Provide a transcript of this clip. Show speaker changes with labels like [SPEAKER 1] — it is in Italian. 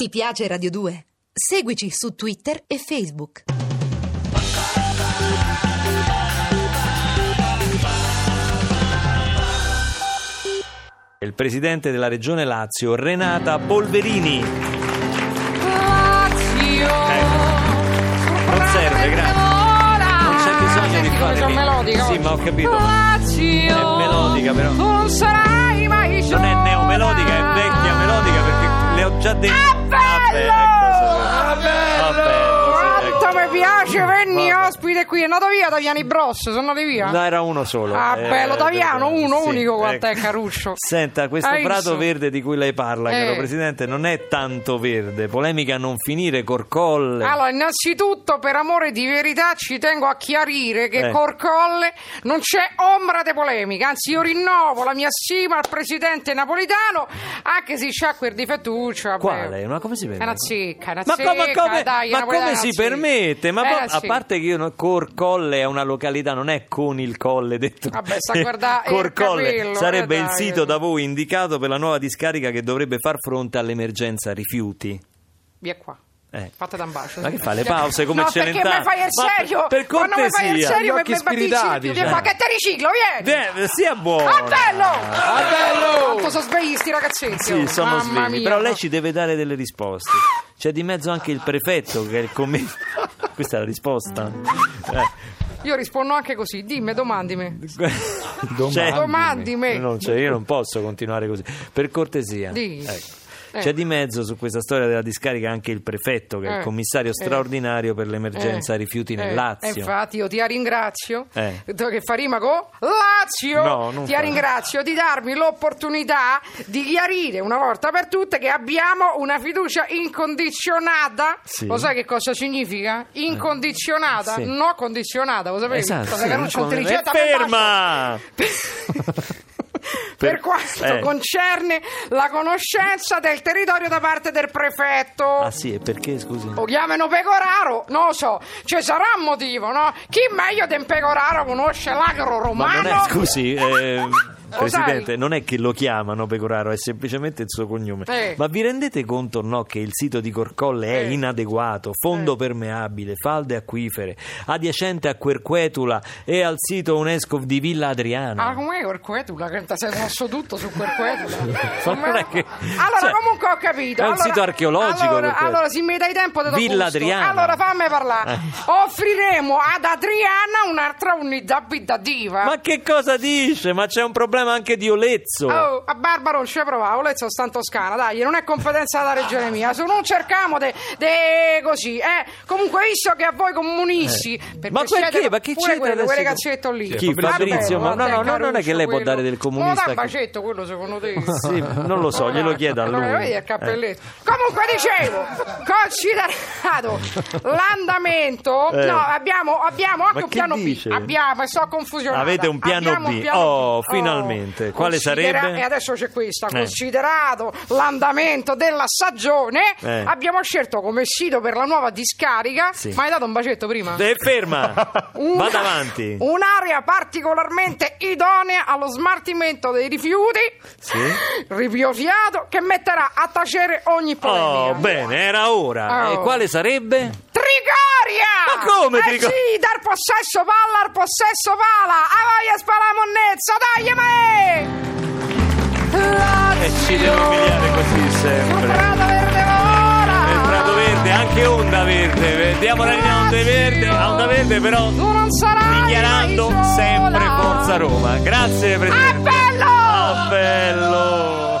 [SPEAKER 1] Ti piace Radio 2? Seguici su Twitter e Facebook.
[SPEAKER 2] Il presidente della regione Lazio, Renata Polverini. Eh, Non serve, grazie. Non c'è bisogno di fare.
[SPEAKER 3] melodica
[SPEAKER 2] Sì,
[SPEAKER 3] oggi.
[SPEAKER 2] ma ho capito. È melodica, però.
[SPEAKER 3] Non sarai mai
[SPEAKER 2] Non è neomelodica, è vecchia melodica perché le ho già detto. Vabbè,
[SPEAKER 3] Ah, bello!
[SPEAKER 2] ecco, sì. Vabbè, sì, ecco.
[SPEAKER 3] Quanto mi piace venni
[SPEAKER 2] Vabbè.
[SPEAKER 3] ospite qui. È andato via Taviani Bros, sono andati via.
[SPEAKER 2] No, era uno solo. Eh,
[SPEAKER 3] Ah, bello, Taviano, uno, unico,
[SPEAKER 2] quanto
[SPEAKER 3] guarda, è Caruccio.
[SPEAKER 2] ecco. Senta, questo
[SPEAKER 3] Hai
[SPEAKER 2] prato
[SPEAKER 3] visto?
[SPEAKER 2] verde di cui lei parla,
[SPEAKER 3] Eh.
[SPEAKER 2] caro Presidente, non è tanto verde. Polemica a non finire, corcolle.
[SPEAKER 3] Allora, innanzitutto, per amore di verità, ci tengo a chiarire che
[SPEAKER 2] Eh.
[SPEAKER 3] Corcolle non c'è ombra di polemica. Anzi, io rinnovo la mia stima al presidente napolitano, anche se c'ha quel difettuccio. vabbè.
[SPEAKER 2] Quale? Ma come si
[SPEAKER 3] È
[SPEAKER 2] permette?
[SPEAKER 3] una zicca, è una
[SPEAKER 2] ma, co- ma
[SPEAKER 3] zicca,
[SPEAKER 2] come,
[SPEAKER 3] dai,
[SPEAKER 2] ma
[SPEAKER 3] Napoletano
[SPEAKER 2] come
[SPEAKER 3] è una
[SPEAKER 2] si
[SPEAKER 3] zicca.
[SPEAKER 2] permette? Ma
[SPEAKER 3] È
[SPEAKER 2] pro-
[SPEAKER 3] una
[SPEAKER 2] a
[SPEAKER 3] zicca.
[SPEAKER 2] parte che io non- Corcolle è una località, non è con il colle detto.
[SPEAKER 3] Vabbè, sta a guardare il
[SPEAKER 2] Corcolle
[SPEAKER 3] capello,
[SPEAKER 2] sarebbe
[SPEAKER 3] eh,
[SPEAKER 2] il
[SPEAKER 3] dai.
[SPEAKER 2] sito da voi indicato per la nuova discarica che dovrebbe far fronte all'emergenza rifiuti.
[SPEAKER 3] Via qua.
[SPEAKER 2] Eh.
[SPEAKER 3] Fatta da un bacio.
[SPEAKER 2] Ma che fa le pause come
[SPEAKER 3] no,
[SPEAKER 2] Celentano?
[SPEAKER 3] perché mi fai il
[SPEAKER 2] Ma per-
[SPEAKER 3] serio?
[SPEAKER 2] per
[SPEAKER 3] Quando mi fai il
[SPEAKER 2] cortesia.
[SPEAKER 3] serio,
[SPEAKER 4] Gli
[SPEAKER 3] mi
[SPEAKER 4] occhi
[SPEAKER 3] mi
[SPEAKER 4] spiritati,
[SPEAKER 3] avvicini,
[SPEAKER 4] cioè.
[SPEAKER 3] Ma che te riciclo, vieni!
[SPEAKER 2] Eh, sia buono.
[SPEAKER 3] Ah, bello! Ah,
[SPEAKER 4] bello!
[SPEAKER 3] Quanto sono svegli sti ragazzetti! oh.
[SPEAKER 2] Sì, sono
[SPEAKER 3] Mamma
[SPEAKER 2] svegli,
[SPEAKER 3] mia.
[SPEAKER 2] però lei ci deve dare delle risposte. C'è di mezzo anche il prefetto che è il commesso. Questa è la risposta. Eh.
[SPEAKER 3] Io rispondo anche così, dimmi, domandimi.
[SPEAKER 2] Cioè,
[SPEAKER 3] Domandimi.
[SPEAKER 2] non- cioè, io non posso continuare così. Per cortesia.
[SPEAKER 3] Di-
[SPEAKER 2] ecco.
[SPEAKER 3] eh.
[SPEAKER 2] C'è di mezzo su questa storia della discarica anche il prefetto, che è il
[SPEAKER 3] Eh,
[SPEAKER 2] commissario
[SPEAKER 3] eh,
[SPEAKER 2] straordinario per l'emergenza
[SPEAKER 3] Eh,
[SPEAKER 2] rifiuti nel
[SPEAKER 3] eh,
[SPEAKER 2] Lazio.
[SPEAKER 3] Infatti, io ti ringrazio.
[SPEAKER 2] Eh.
[SPEAKER 3] Che fa rima con Lazio!
[SPEAKER 2] No, non
[SPEAKER 3] ti
[SPEAKER 2] fa.
[SPEAKER 3] ringrazio di darmi l'opportunità di chiarire una volta per tutte che abbiamo una fiducia incondizionata.
[SPEAKER 2] Sì.
[SPEAKER 3] Lo sai che cosa significa? Incondizionata,
[SPEAKER 2] Sì.
[SPEAKER 3] no condizionata, lo sapevi?
[SPEAKER 2] Esatto,
[SPEAKER 3] Cosa
[SPEAKER 2] sì,
[SPEAKER 3] Caruccio
[SPEAKER 2] con-
[SPEAKER 3] intelligente,
[SPEAKER 2] Eh,
[SPEAKER 3] a me basta.
[SPEAKER 2] ferma!
[SPEAKER 3] Per,
[SPEAKER 2] Per-
[SPEAKER 3] quanto
[SPEAKER 2] eh.
[SPEAKER 3] concerne la conoscenza del territorio da parte del prefetto.
[SPEAKER 2] Ah sì, e perché scusi?
[SPEAKER 3] Lo chiamano Pecoraro? Non lo so, ci sarà un motivo, no? Chi meglio di un Pecoraro conosce l'agro
[SPEAKER 2] Ma
[SPEAKER 3] romano?
[SPEAKER 2] non è, scusi, eh, Presidente,
[SPEAKER 3] sai?
[SPEAKER 2] non è che lo chiamano Pecoraro, è semplicemente il suo cognome.
[SPEAKER 3] Eh.
[SPEAKER 2] Ma vi rendete conto o no che il sito di Corcolle è
[SPEAKER 3] Eh.
[SPEAKER 2] inadeguato, fondo permeabile, falde acquifere, adiacente a Querquetula e al sito UNESCO di Villa Adriana?
[SPEAKER 3] Ah, com'è Querquetula? Che ti sei mosso tutto su Querquetula?
[SPEAKER 2] Ma non è che-
[SPEAKER 3] Allora,
[SPEAKER 2] cioè,
[SPEAKER 3] comunque ho capito.
[SPEAKER 2] è un
[SPEAKER 3] Allora-
[SPEAKER 2] sito archeologico
[SPEAKER 3] Allora,
[SPEAKER 2] Querquetula.
[SPEAKER 3] allora se mi dai tempo te do
[SPEAKER 2] Villa
[SPEAKER 3] gusto.
[SPEAKER 2] Adriana. Eh.
[SPEAKER 3] Allora fammi parlare. Offriremo ad Adriana un'altra unità abitativa.
[SPEAKER 2] Ma che cosa dice? Ma c'è un problema anche di Olezzo.
[SPEAKER 3] Oh, a Barbaro non ci provavo, lei sono stan toscana, dai, non è competenza della
[SPEAKER 2] Ah.
[SPEAKER 3] regione mia, se non cerchiamo de, de- così, eh. Comunque, visto che a voi comunisti, perché
[SPEAKER 2] Eh. Ma perché?
[SPEAKER 3] siete
[SPEAKER 2] Ma che
[SPEAKER 3] pure
[SPEAKER 2] c'entra
[SPEAKER 3] quelle,
[SPEAKER 2] adesso
[SPEAKER 3] quelle
[SPEAKER 2] con-
[SPEAKER 3] caccetto lì?
[SPEAKER 2] Chi? Fabrizio? Ma no,
[SPEAKER 3] guarda,
[SPEAKER 2] no, no, non è che lei può
[SPEAKER 3] Caruccio,
[SPEAKER 2] dare del
[SPEAKER 3] quello.
[SPEAKER 2] comunista
[SPEAKER 3] Ma dà un
[SPEAKER 2] che-
[SPEAKER 3] bacetto quello secondo te?
[SPEAKER 2] Sì, non lo so, glielo chieda a lui. Eh.
[SPEAKER 3] Allora, vedi il cappelletto. Comunque dicevo, considerato l'andamento,
[SPEAKER 2] Eh.
[SPEAKER 3] no, abbiamo, abbiamo anche
[SPEAKER 2] Ma
[SPEAKER 3] un
[SPEAKER 2] che
[SPEAKER 3] piano
[SPEAKER 2] dice?
[SPEAKER 3] B. Abbiamo, e so confusionata.
[SPEAKER 2] Avete un piano
[SPEAKER 3] Abbiamo
[SPEAKER 2] B.
[SPEAKER 3] un piano
[SPEAKER 2] Oh,
[SPEAKER 3] B.
[SPEAKER 2] finalmente. Quale
[SPEAKER 3] Considera-
[SPEAKER 2] sarebbe?
[SPEAKER 3] E adesso c'è questa.
[SPEAKER 2] Eh.
[SPEAKER 3] Considerato l'andamento della stagione,
[SPEAKER 2] Eh.
[SPEAKER 3] abbiamo scelto come sito per la nuova discarica.
[SPEAKER 2] Sì.
[SPEAKER 3] Ma hai dato un bacetto prima?
[SPEAKER 2] E Eh, ferma!
[SPEAKER 3] Una-
[SPEAKER 2] Vada avanti.
[SPEAKER 3] Un'area particolarmente idonea allo smaltimento dei rifiuti,
[SPEAKER 2] Sì.
[SPEAKER 3] ripiofiato, che metterà a tacere ogni polemica.
[SPEAKER 2] Oh, bene, era ora.
[SPEAKER 3] Oh.
[SPEAKER 2] E quale sarebbe?
[SPEAKER 3] Trigoria!
[SPEAKER 2] Ma come
[SPEAKER 3] eh
[SPEAKER 2] Trigoria?
[SPEAKER 3] sì, dal possesso palla al possesso pala! A vai a spalamonnezza, dai, eh, me! Eh
[SPEAKER 2] E ci Eh devo umiliare così sempre.
[SPEAKER 3] Prato Verde Vora!
[SPEAKER 2] Il Prato Verde, anche Onda Verde. Diamo la linea a Onda Verde, a Onda Verde però
[SPEAKER 3] Tu non sarai
[SPEAKER 2] dichiarando
[SPEAKER 3] mai sola.
[SPEAKER 2] sempre Forza Roma. Grazie
[SPEAKER 3] Ah,
[SPEAKER 2] Presidente.
[SPEAKER 3] bello!
[SPEAKER 2] Oh, bello!